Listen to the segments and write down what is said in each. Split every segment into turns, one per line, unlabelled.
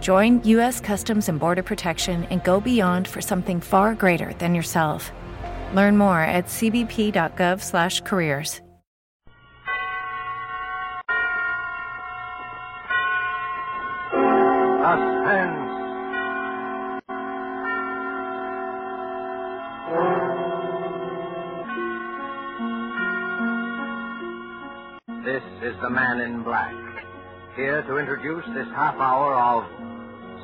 Join U.S. Customs and Border Protection and go beyond for something far greater than yourself. Learn more at cbp.gov/careers.
Suspense. This is the man in black, here to introduce this half hour of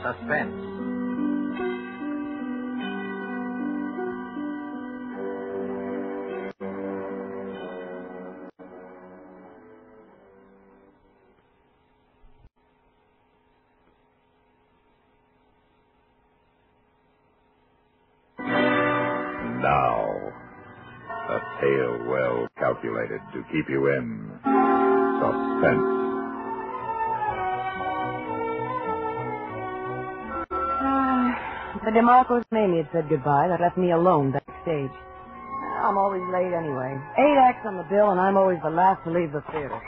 suspense.
Now, a tale well calculated to keep you in suspense.
Ah, The DeMarco's Mamie had said goodbye. That left me alone backstage. I'm always late anyway. Eight acts on the bill, and I'm always the last to leave the theater.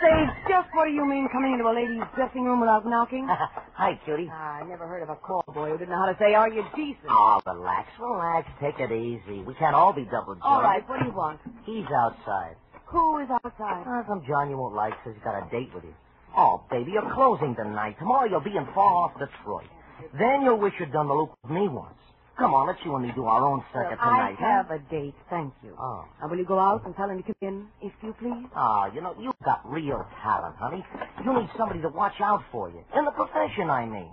Say, just what do you mean coming into a lady's dressing room without knocking?
Hi, cutie.
Ah, I never heard of a call boy who didn't know how to say, are you decent?
Oh, relax, relax. Take it easy. We can't all be double jointed.
All right, what do you want?
He's outside.
Who is outside?
Uh, some John you won't like says he's got a date with you. Oh, baby, you're closing tonight. Tomorrow you'll be in far off Detroit. Then you'll wish you'd done the loop with me once. Come on, let's you and me do our own circuit
I
tonight. huh?
have a date, thank you.
Oh.
Now, will you go out and tell him to come in, if you please?
Ah, you know, you've got real talent, honey. You need somebody to watch out for you. In the profession, I mean.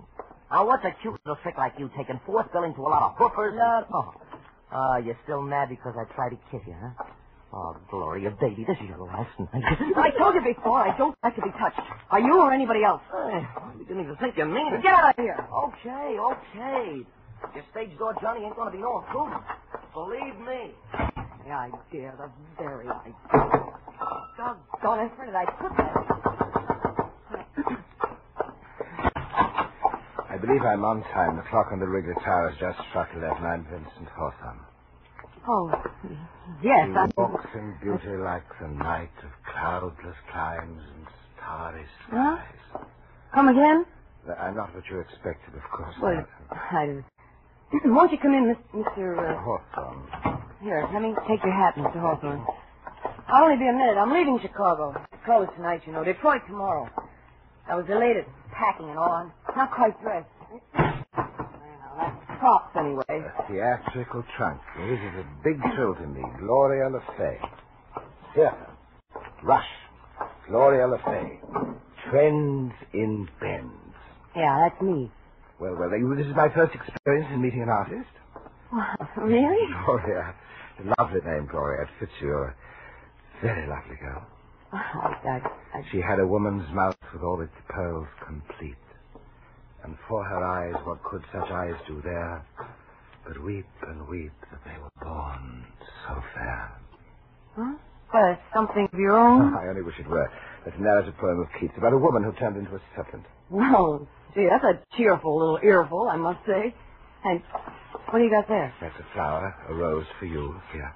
Now, what's a cute little trick like you taking fourth billing to a lot of hookers? and-
Lot-
Oh. Ah, you're still mad because I tried to kiss you, huh? Oh, Gloria, baby, this is your last night.
I told you before, I don't like to be touched. Are you or anybody else?
Hey, Eh, you didn't even think you mean it.
Get out of here.
Okay, okay. Your stage door, Johnny, ain't going to be no improvement. Believe me.
The idea, the very idea. Doggone it, where did I put that?
I believe I'm on time. The clock on the Wrigley Tower has just struck 11. I'm Vincent Hawthorne.
Oh, yes,
You
I...
walks in beauty like the night of cloudless climes and starry
Huh?
skies.
Come again?
I'm not what you expected, of course.
Well, I... Won't you come in, Mis- Mr. Uh,
Hawthorne.
here, let me take your hat, Mr. Hawthorne. I'll only be a minute. I'm leaving Chicago. Closed tonight, you know. Detroit tomorrow. I was elated, packing and all. I'm not quite dressed. Well, that's props, anyway.
A theatrical trunk. This is a big show to me. Gloria Lefay. Theater. Rush. Gloria Lefay. Trends in bends.
Yeah, that's me.
Well, well, you- this is my first experience in meeting an artist.
Really?
Gloria. Lovely name, Gloria. It fits you. You're a very lovely girl.
I, I, I
She had a woman's mouth with all its pearls complete. And for her eyes, what could such eyes do there but weep and weep that they were born so fair?
Well, it's something of your own?
I only wish it were. That narrative poem of Keats about a woman who turned into a serpent.
Well, gee, that's a cheerful little earful, I must say. And what do you got there?
That's a flower, a rose for you here.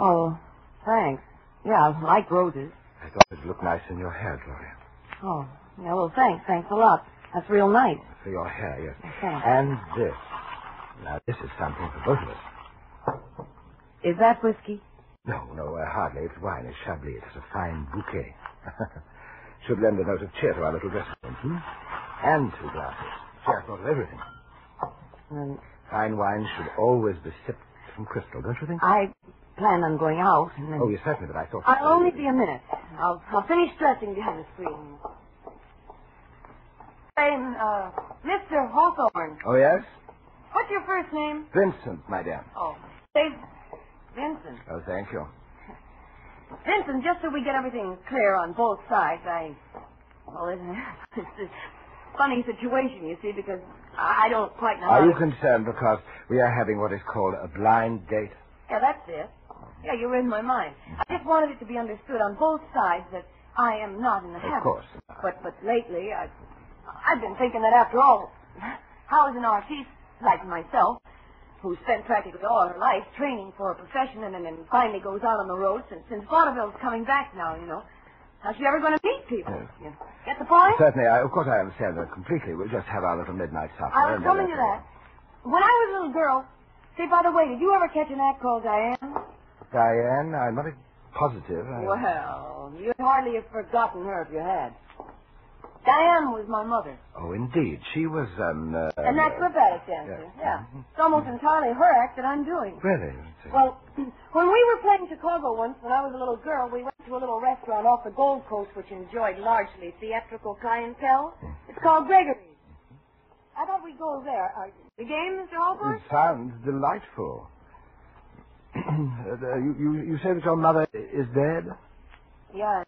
Oh, thanks. Yeah, I like roses.
I thought it'd look nice in your hair, Gloria.
Oh, yeah, well, thanks. Thanks a lot. That's real nice.
For your hair, yes.
Thanks.
And this. Now, this is something for both of us.
Is that whiskey?
No, no, uh, hardly. It's wine. It's Chablis. It's a fine bouquet. Should lend a note of cheer to our little dressing room, hmm? And two glasses. Cheer for everything.
Um,
Fine wines should always be sipped from crystal, don't you think?
I plan on going out, and then...
Oh, yes, certainly, but I thought...
I'll only be a minute. I'll, I'll finish dressing behind the screen. Um, uh, Mr. Hawthorne.
Oh, yes?
What's your first name?
Vincent, my dear.
Oh, Dave. Vincent.
Oh, thank you.
Vincent, just so we get everything clear on both sides, I. Well, it, it's a funny situation, you see, because I I don't quite know.
Are
how
you
to-
concerned because we are having what is called a blind date?
Yeah, that's it. Yeah, you read my mind. I just wanted it to be understood on both sides that I am not in the habit.
Of course.
But but lately, I I've been thinking that after all, how is an artiste like myself, who spent practically all her life training for a profession and then finally goes out on the road since since vaudeville's coming back now, you know, how's she ever going to meet people? You get the point?
Certainly, I, of course I understand that completely. We'll just have our little midnight supper.
I was
and then
telling you
that'll-
that. When I was a little girl, say by the way, did you ever catch an act called Diane?
Diane, I'm not positive. uh, I...
Well, you'd hardly have forgotten her if you had. Diane was my mother,
Oh, indeed. She was, um... Uh,
an acrobatic dancer.
yes.
Yeah, it's almost entirely her act that I'm doing.
Really?
Well, when we were playing Chicago once, when I was a little girl, we went to a little restaurant off the Gold Coast, which enjoyed largely theatrical clientele. It's called Gregory's. I thought we'd go there. Uh, the game, Mr. Holbrook?
It sounds delightful. Uh, you, you, you say that your mother is dead?
Yes.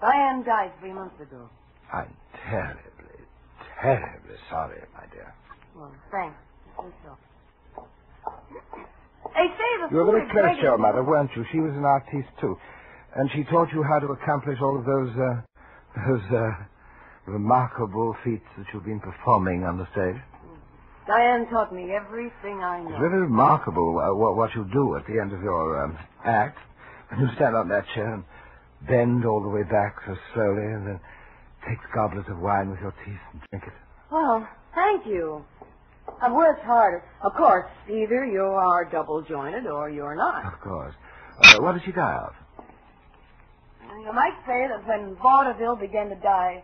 Diane died three months ago.
I'm terribly, terribly sorry, my dear.
Well, thanks. I think so. They say the
You were very close
food at
to
Gregory's-
your mother, weren't you? She was an artiste, too. And she taught you how to accomplish all of those, uh, those, uh, remarkable feats that you've been performing on the stage.
Diane taught me everything I know.
It's really remarkable uh, what, what you do at the end of your um, act. When you stand on that chair and bend all the way back so slowly and then take the goblet of wine with your teeth and drink it.
Well, thank you. I've worked hard. Of course, either you are double jointed or you're not.
Of course. Uh, what did she die of?
You might say that when vaudeville began to die,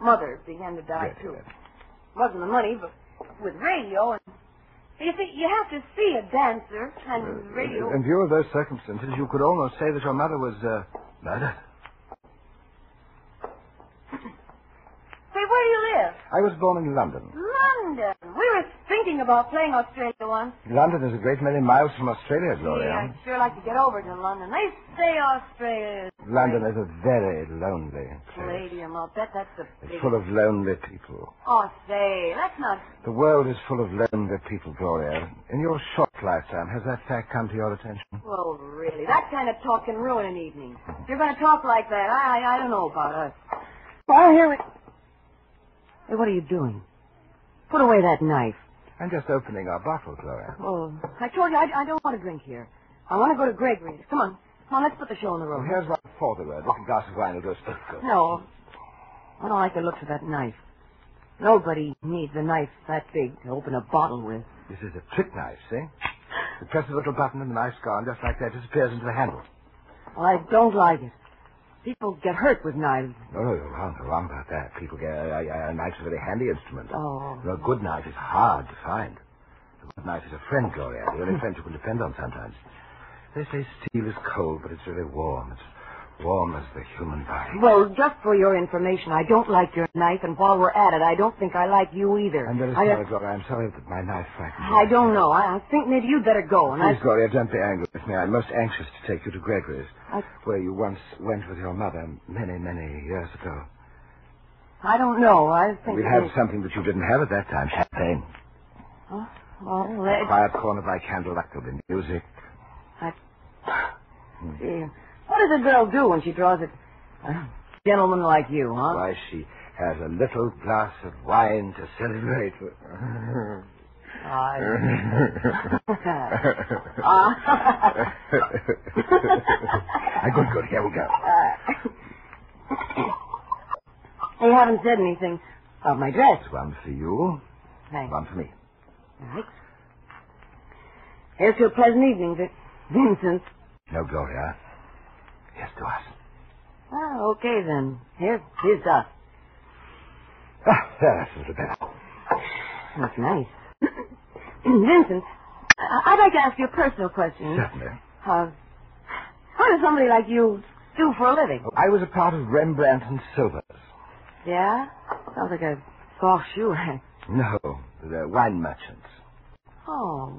mother began to die
Yes,
too.
yes.
Wasn't the money, but with radio and you see, you have to see a dancer
Uh,
and radio.
In view of those circumstances, you could almost say that your mother was uh, murdered.
Say, where do you live?
I was born in London.
London. We were thinking about playing Australia once.
London is a great many miles from Australia,
Gee,
Gloria.
I'd sure like to get over to London. They say Australia is
London is a very lonely place.
Palladium. I'll bet that's the
It's
biggest.
full of lonely people.
Oh, say, that's not.
The world is full of lonely people, Gloria. In your short lifetime, has that fact come to your attention?
Well, really, that kind of talk can ruin an evening. If you're going to talk like that, I, I, I don't know about us. Well, here we. Hey, what are you doing? Put away that knife.
I'm just opening our bottle, Gloria.
Oh, I told you I, I don't want to drink here. I want to go to Gregory's. Come on, come on, let's put the show on the
Well,
road.
here's one for the word. A glass of wine will do us both good.
No, I don't like the looks of that knife. Nobody needs a knife that big to open a bottle with.
This is a trick knife, see? You press the little button and the knife's gone, just like that, disappears into the handle.
Well, I don't like it. People get hurt with knives.
No, no, you're wrong. You're wrong about that. People get... A, a, a knife's a very handy instrument.
Oh.
A good knife is hard to find. A good knife is a friend, Gloria. The only friend you can depend on sometimes. They say steel is cold, but it's really warm. It's warm as the human body.
Well, just for your information, I don't like your knife, and while we're at it, I don't think I like you either.
I'm very
I, uh,
sorry, Gloria. I'm sorry that my knife frightened you.
I don't know. I, I think maybe you'd better go. And I,
Please, Gloria, don't be angry with me. I'm most anxious to take you to Gregory's,
I-
where you once went with your mother many, many years ago.
I don't know. I think.
We had something that you didn't have at that time, champagne.
Well,
A
let's
quiet corner by candlelight, there'll be music.
see. What does a girl do when she draws a a gentleman like you, huh?
Why, Uh, she has a little glass of wine to celebrate.
Ah.
good, good. Here we go.
you haven't said anything about my dress.
One for you,
Thanks.
one for me.
All right. Here's to a pleasant evening, Vic. Vincent.
No, Gloria. Yes, to us.
Oh, okay then. Here's, here's uh, us.
Ah, there, that's a little better.
That's nice. Vincent, I- I'd like to ask you a personal question.
Certainly.
Uh, what does somebody like you do for a living?
I was a part of Rembrandt and Silvers.
Yeah? Sounds like a golf shoe rack.
No, they're wine merchants.
Oh.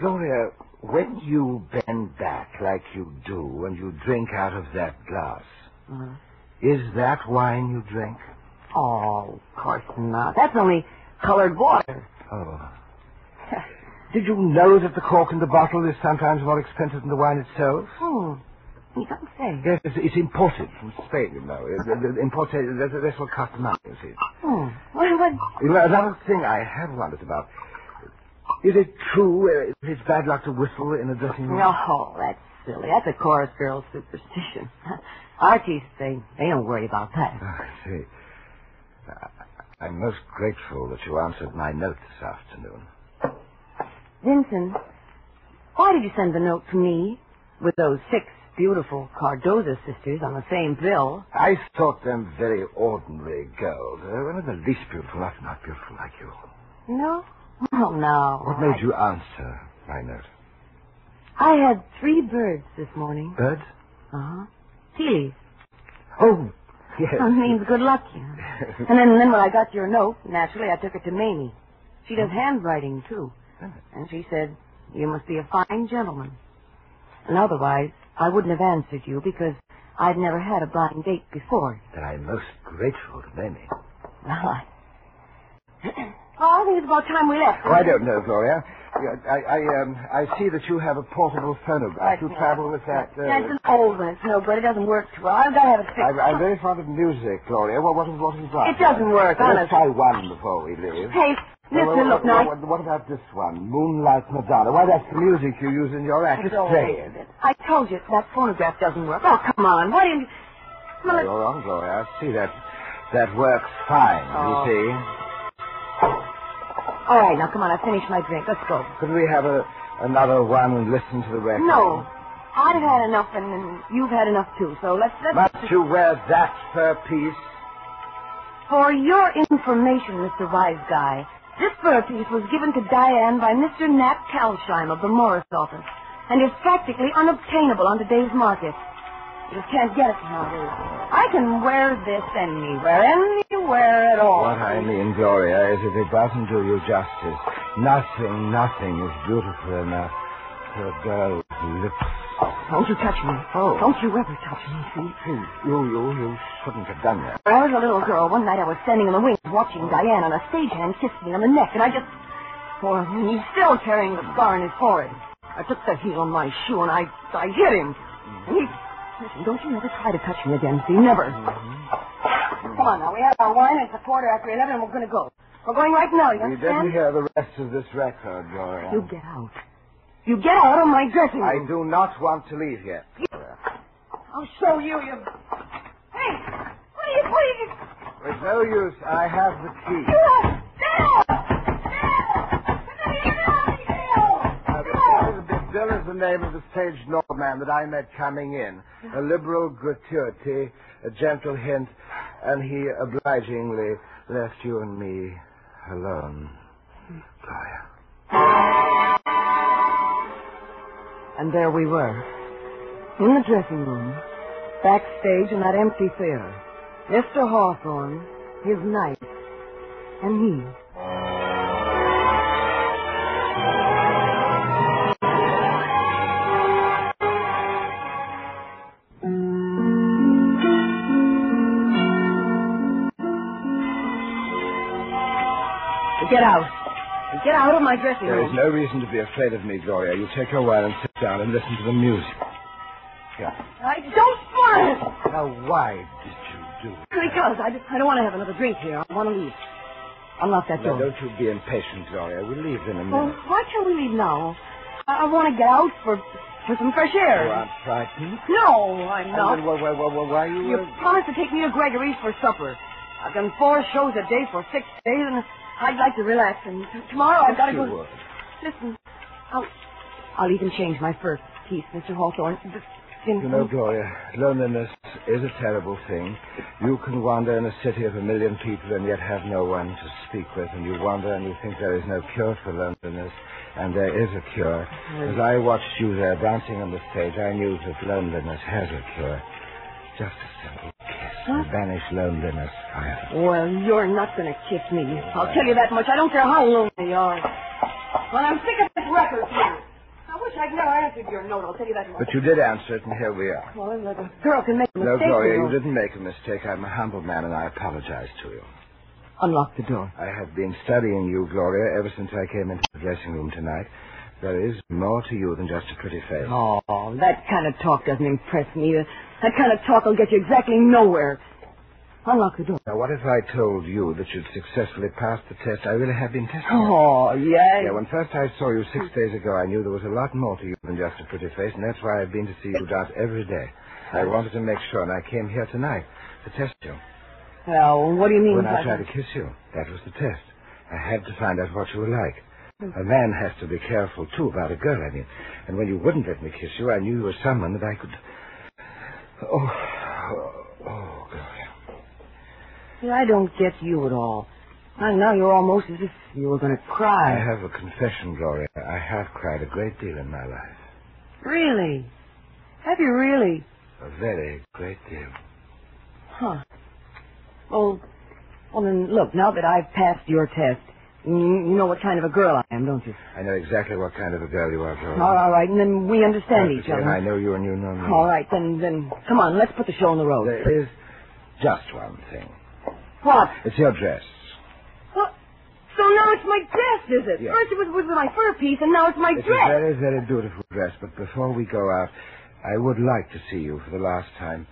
Gloria, when you bend back like you do and you drink out of that glass,
Uh,
is that wine you drink?
oh, of course not. That's only colored water.
Oh. Did you know that the cork in the bottle is sometimes more expensive than the wine itself?
Oh, you don't say.
Yes, it's, it's imported from Spain, you know. It- it- it- Imported, that's, that's what costs money, you see.
Oh, well, what?
You know, another thing I have wondered about. Is it true uh, it's bad luck to whistle in a dressing room?
No, Oh, that's silly. That's a chorus girl superstition. Artists, they, they don't worry about that.
Ah, I see. I- I'm most grateful that you answered my note this afternoon.
Vincent, why did you send the note to me with those six beautiful Cardoza sisters on the same bill?
I thought them very ordinary girls. They were the least beautiful, not, not beautiful like you.
No? Oh, no.
What made you answer my note?
I had three birds this morning.
Birds?
Uh-huh. Tealies.
Oh, yes.
That means good luck, you know. And then, then when I got your note, naturally, I took it to Mamie. She does handwriting, too. And she said, you must be a fine gentleman. And otherwise, I wouldn't have answered you because I'd never had a blind date before.
Then I'm most grateful to Mamie.
Well, I... well, Oh, I think it's about time we left.
Oh, I don't know, Gloria. Yeah, I, I, um, I see that you have a portable phonograph. You travel with that. Uh,
That's an old one, no, but it doesn't work too well. I've got to have it fixed.
I'm, I'm very fond of music, Gloria. What, what, what is that?
It doesn't work,
Let's
honest.
try one before we leave.
Hey,
Well,
listen,
well,
look, now...
well, well, What about this one? Moonlight Madonna. Why, that's the music you use in your act.
It's
Just
all
play
right.
it.
I told you that phonograph doesn't work. Oh, come on. Why didn't you... Well,
Oh,
let's-
you're wrong, Gloria. I see that. That works fine,
Oh.
you see.
All right, now come on. I finished my drink. Let's go.
Could we have a, another one and listen to the record?
No, I've had enough, and, and you've had enough too. So let's let's.
Must you wear that per piece?
For your information, Mr. Wise Guy, this fur piece was given to Diane by Mr. Nat Kalsheim of the Morris office, and is practically unobtainable on today's market. You just can't get it nowadays. I can wear this anywhere, anywhere at all.
What I mean, Gloria, is that it doesn't do you justice. Nothing, nothing is beautiful enough for a girl's lips.
Don't you touch me.
Oh.
Don't you ever touch me, please.
Please, you, you, you shouldn't have done that.
When I was a little girl, one night I was standing in the wings watching Diane and a stagehand kissed me on the neck, and I just... Poor him, he's still carrying the scar on his forehead. I took the heel on my shoe and I, I hit him. And he... Listen, don't you ever try to touch me again, see? Never. Come on now, we have our wine and quarter after 11 and we're going to go. We're going right now, you
You didn't
understand?
hear the rest of this record, Gloria.
You get out. You get out of my dressing
I
room.
do not want to leave yet. Gloria.
I'll show you, you... Hey! What are you... What are you...
It's no use. I have the key. Uh, Elizabeth Bill is the name of the stage nobleman that I met coming in. A liberal gratuity, a gentle hint, and he obligingly left you and me alone. Gloria.
And there we were. In the dressing room, backstage in that empty theater. Mr. Hawthorne, his knife, and he. Get out. Get out of my dressing
There is
room.
no reason to be afraid of me, Gloria. You take your wine and sit down and listen to the music. Yeah.
I don't want it.
Now, why did you do it?
Because I, I don't want to have another drink here. I want to leave.
Unlock that
Now,
door.
don't you be impatient, Gloria. We'll leave in a
Well,
minute.
why can't we leave now? I, I want to get out for, for some fresh air.
You aren't Oh, frightened? Oh,
No, I'm not.
Why, why, why, why, why are you...
You promised to take me to Gregory's for supper. I've done four shows a day for six days, and I'd like to relax. And t- tomorrow I've got to
you
go.
would.
Listen, I'll, I'll even change my first piece, Mr. Hawthorne. The skin-
You know, Gloria, loneliness is a terrible thing. You can wander in a city of a million people and yet have no one to speak with, and you wander and you think there is no cure for loneliness, and there is a cure. As I watched you there dancing on the stage, I knew that loneliness has a cure. Just a simple kiss will banish loneliness forever.
Well, you're not going to kiss me. I'll tell you that much. I don't care how lonely you are. Well, I'm sick of this record here. I wish I'd never answered your note. I'll tell you that much.
But you did answer it, and here we are.
Well, if a girl can make a
No,
mistake.
Gloria,
you
you
know.
didn't make a mistake. I'm a humble man, and I apologize to you.
Unlock the door.
I have been studying you, Gloria, ever since I came into the dressing room tonight. There is more to you than just a pretty face.
Oh, that kind of talk doesn't impress me. That kind of talk will get you exactly nowhere. Unlock the door.
Now, what if I told you that you'd successfully passed the test? I really have been testing you.
Oh, yes.
Yeah, when first I saw you six days ago, I knew there was a lot more to you than just a pretty face, and that's why I've been to see you dance every day. I wanted to make sure, and I came here tonight to test you.
Well, what do you mean
When I
by
tried to kiss you, that was the test. I had to find out what you were like. A man has to be careful, too, about a girl, I mean. And when you wouldn't let me kiss you, I knew you were someone that I could. Oh, oh, oh Gloria.
See, I don't get you at all. I know you're almost as if you were going to
I
cry.
have a confession, Gloria. I have cried a great deal in my life.
Really? Have you really?
A very great deal.
Huh. Well, Oh, well then, look, now that I've passed your test, you you know what kind of a girl I am, don't you?
I know exactly what kind of a girl you are, Gloria.
All right, all right, and then we understand each
And I
other.
know you and you know me.
All right, then, then, come on, let's put the show on the road.
There is just one thing.
What?
It's your dress.
Huh? Oh, So now it's my dress, is it?
Yes.
First it was, was my fur piece, and now it's my
It's a
dress.
very, very beautiful dress, but before we go out, I would like to see you for the last time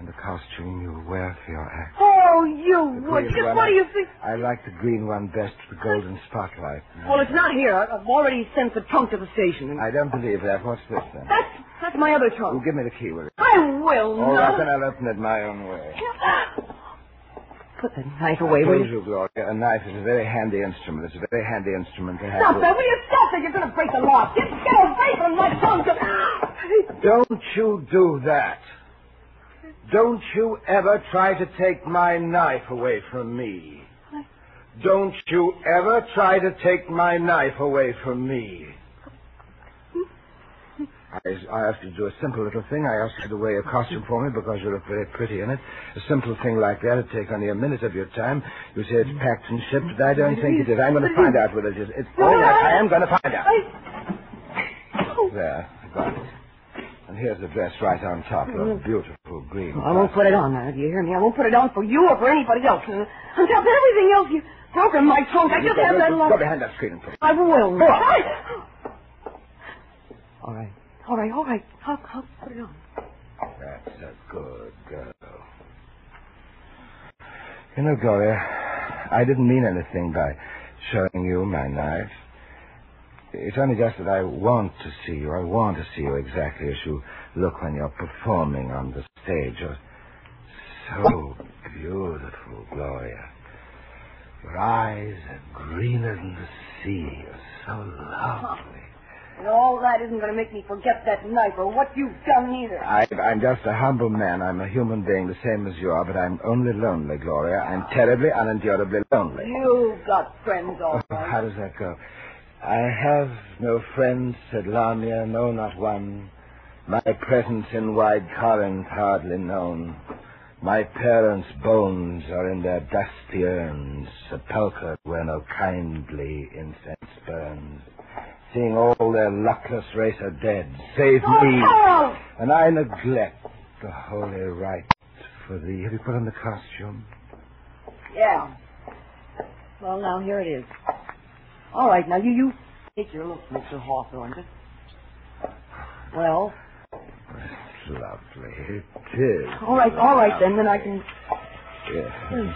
in the costume you wear for your act.
Oh, you
The
would.
green
Just
one,
what
I-
do you think?
I like the green one best with the golden spotlight.
Well, it's not here. I- I've already sent the trunk to the station.
I don't believe that. What's this, then?
That's, that's my other
You
trunk.
give me the key, will you?
I will
All right,
not.
then I'll open it my own way.
Put that knife away,
I
will
told
you?
you, Gloria, a knife is a very handy instrument. It's a very handy instrument to have.
Stop
with-
that. Will you stop that? You're going to break the law. Get, get away from my trunk.
Don't you do that. Don't you ever try to take my knife away from me. Don't you ever try to take my knife away from me. I, I asked you to do a simple little thing. I asked you to wear your costume for me because you look very pretty in it. A simple thing like that would take only a minute of your time. You say it's packed and shipped, but I don't think it is. I'm going to find out whether it is. It's all right. I am going to find out. There, I got it. And here's the dress right on top. A beautiful green.
I won't put it on now. Do you hear me? I won't put it on for you or for anybody else. Uh, On top of everything else, you've broken my trunk. I
You
just
go,
have
go,
that
go,
law.
Go behind that screen and put it.
I will.
Go on.
I- All right. All right, all right. I'll, I'll put it on.
That's a good girl. You know, Gloria, I didn't mean anything by showing you my knife. It's only just that I want to see you. I want to see you exactly as you look when you're performing on the stage. You're so beautiful, Gloria. Your eyes are greener than the sea. You're so lovely.
And all that isn't going to make me forget that knife or what you've done either.
I, I'm just a humble man. I'm a human being, the same as you are, but I'm only lonely, Gloria. I'm terribly, unendurably lonely. Oh,
You've got friends, all right.
How does that go? I have no friends, said Lamia, no, not one. My presence in wide Corinth hardly known. My parents' bones are in their dusty urns, sepulchred where no kindly incense burns. Seeing all their luckless race are dead, save me. And I neglect the holy rite for thee. Have you put on the costume?
Yeah. Well, now, here it is. All right, now, you, you take your look, Mr. Hawthorne. Just... Well,
It's lovely. It is.
all right, all right, then. Then I can...
Yeah.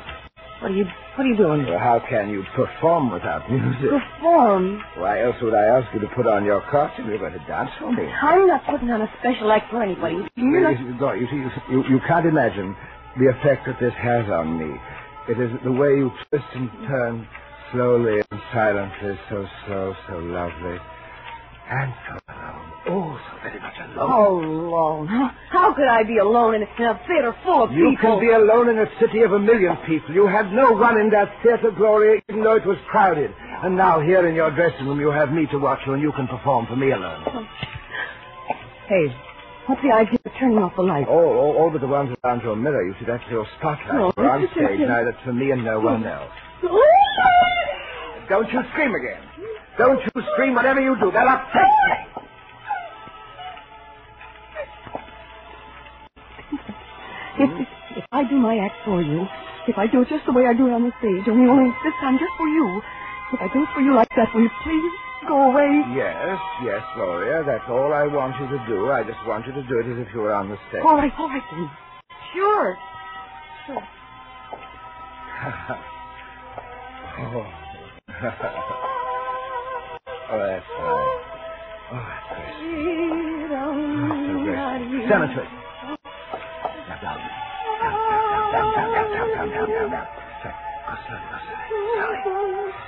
What are you What are you doing?
Well, how can you perform without music?
Perform.
Why else would I ask you to put on your costume? You're going to dance for me.
I'm not putting on a special act for anybody. You're
You,
not-
you, no, you see, you, you, you can't imagine the effect that this has on me. It is the way you twist and turn slowly and silently, so slow, so lovely, and so alone. Oh, so very much alone.
Oh, alone. How- How could I be alone in a, in a theater full of
you
people?
can be alone in a city of a million people. You had no one in that theater, Gloria, even though it was crowded. And now here in your dressing room, you have me to watch you, and you can perform for me alone.
Hey, what's the idea of turning off the lights?
Oh, oh, oh, but the ones around your mirror, you see, that's your spotlight.
No,
We're on
Mr.
stage
Simpson.
now, that's for me and no
Hmm.
one else. Don't you scream again. Don't you scream whatever you do. They'll upset me.
If, if I do my act for you, if I do it just the way I do it on the stage, only, only this time just for you, if I do it for you like that, will you please go away?
Yes, yes, Gloria, that's all I want you to do. I just want you to do it as if you were on the stage.
All right, all right then. Sure. Sure.
Oh. oh, that's fine. Oh, that's great. Oh, so great. Stand up straight. Now, down. Down, down, down, down, down, down, down, down. Sorry. Go slowly, go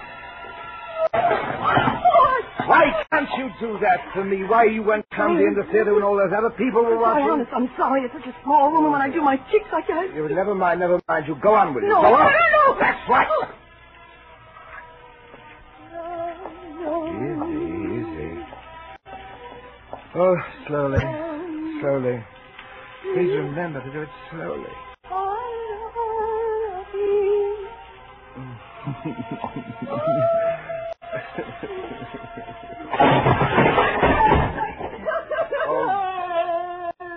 slowly. Sorry. Why can't you do that to me? Why you went Sunday in the theater when all those other people were
Why,
watching?
honest, I'm sorry. It's such a small room, and when I do my kicks like that,
You never mind, never mind. You go on with it.
No,
go
no,
on.
no, no.
That's what. Easy, easy. Oh, slowly, slowly. Please remember to do it slowly.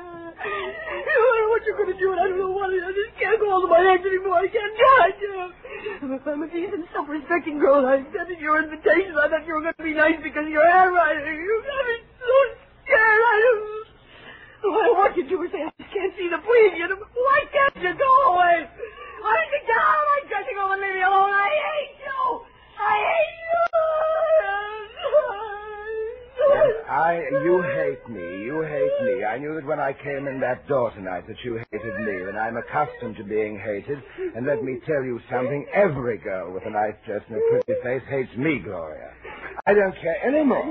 What you gonna do? I don't know what it is. I just can't go on to my legs anymore. I can't do it. If I'm a decent, self-respecting girl, I accepted your invitation. I thought you were gonna be nice because of your handwriting. You got me so scared. I don't. No matter what you do, say I can't see the queen. You know, why can't you go away? Why don't you get out of my dressing room and leave me alone? I hate you. I hate you.
I, you hate me. You hate me. I knew that when I came in that door tonight that you hated me, and I'm accustomed to being hated. And let me tell you something: every girl with a nice dress and a pretty face hates me, Gloria. I don't care anymore.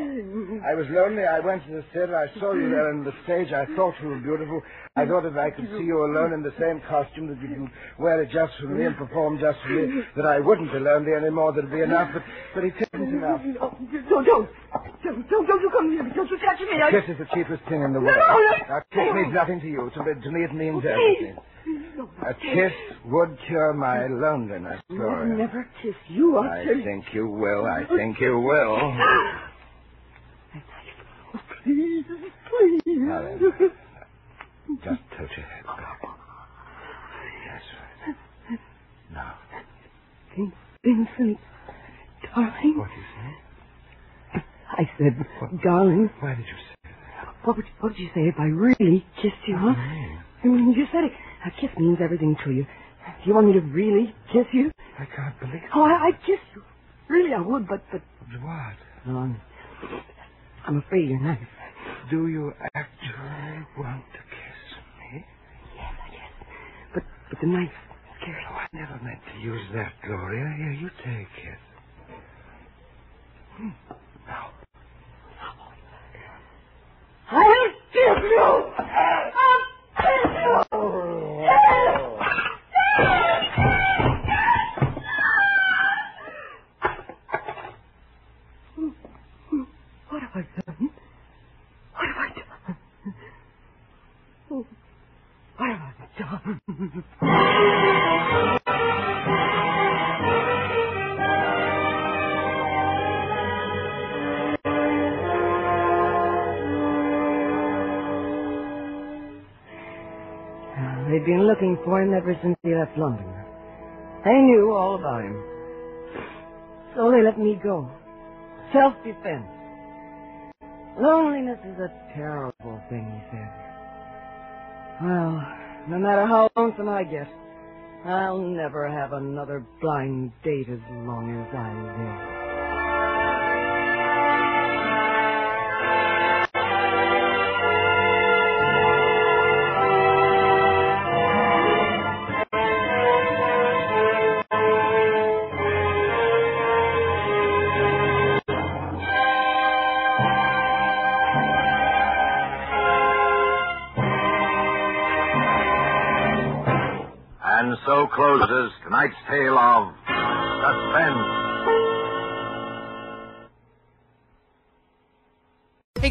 I was lonely. I went to the theater. I saw you there on the stage. I thought you were beautiful. I thought if I could see you alone in the same costume that you could wear it just for me and perform just for me, that I wouldn't be lonely anymore. That'd be enough. But, but it isn't enough.
No, Oh, don't. Don't, don't, don't you come near me. Don't you touch me. I...
Kiss is the cheapest thing in the world.
No, no.
Now, kiss means nothing to you. To me, to me it means
Please.
everything.
No,
A kiss would cure my loneliness,
I'll
Gloria.
never kiss you. I'll
I
tell you.
think you will. I think you will.
Please, please.
Now then, just tilt your head back. Yes. right. Now,
Vincent, darling.
what do you say?
I said, darling.
Why did you say
What would, what would you say if I really kissed you, huh? I mean, you said it. A kiss means everything to you. Do you want me to really kiss you?
that? I can't believe it.
Oh, I, I'd kiss you. Really, I would, but, but,
What?
no, I'm, I'm afraid you're not.
Do you actually want to kiss me?
Yes, I guess. But, but the knife scared
Oh, I never meant to use that, Gloria. Here, you take it. Hmm.
I'll kill you! I'll kill you!
Oh.
What have I done? What have I done? Oh, What have I done? Uh, They'd been looking for him ever since he left London. They knew all about him. So they let me go. Self-defense. Loneliness is a terrible thing, he said. Well, no matter how lonesome I get, I'll never have another blind date as long as I live.
And so closes tonight's tale of suspense.
Hey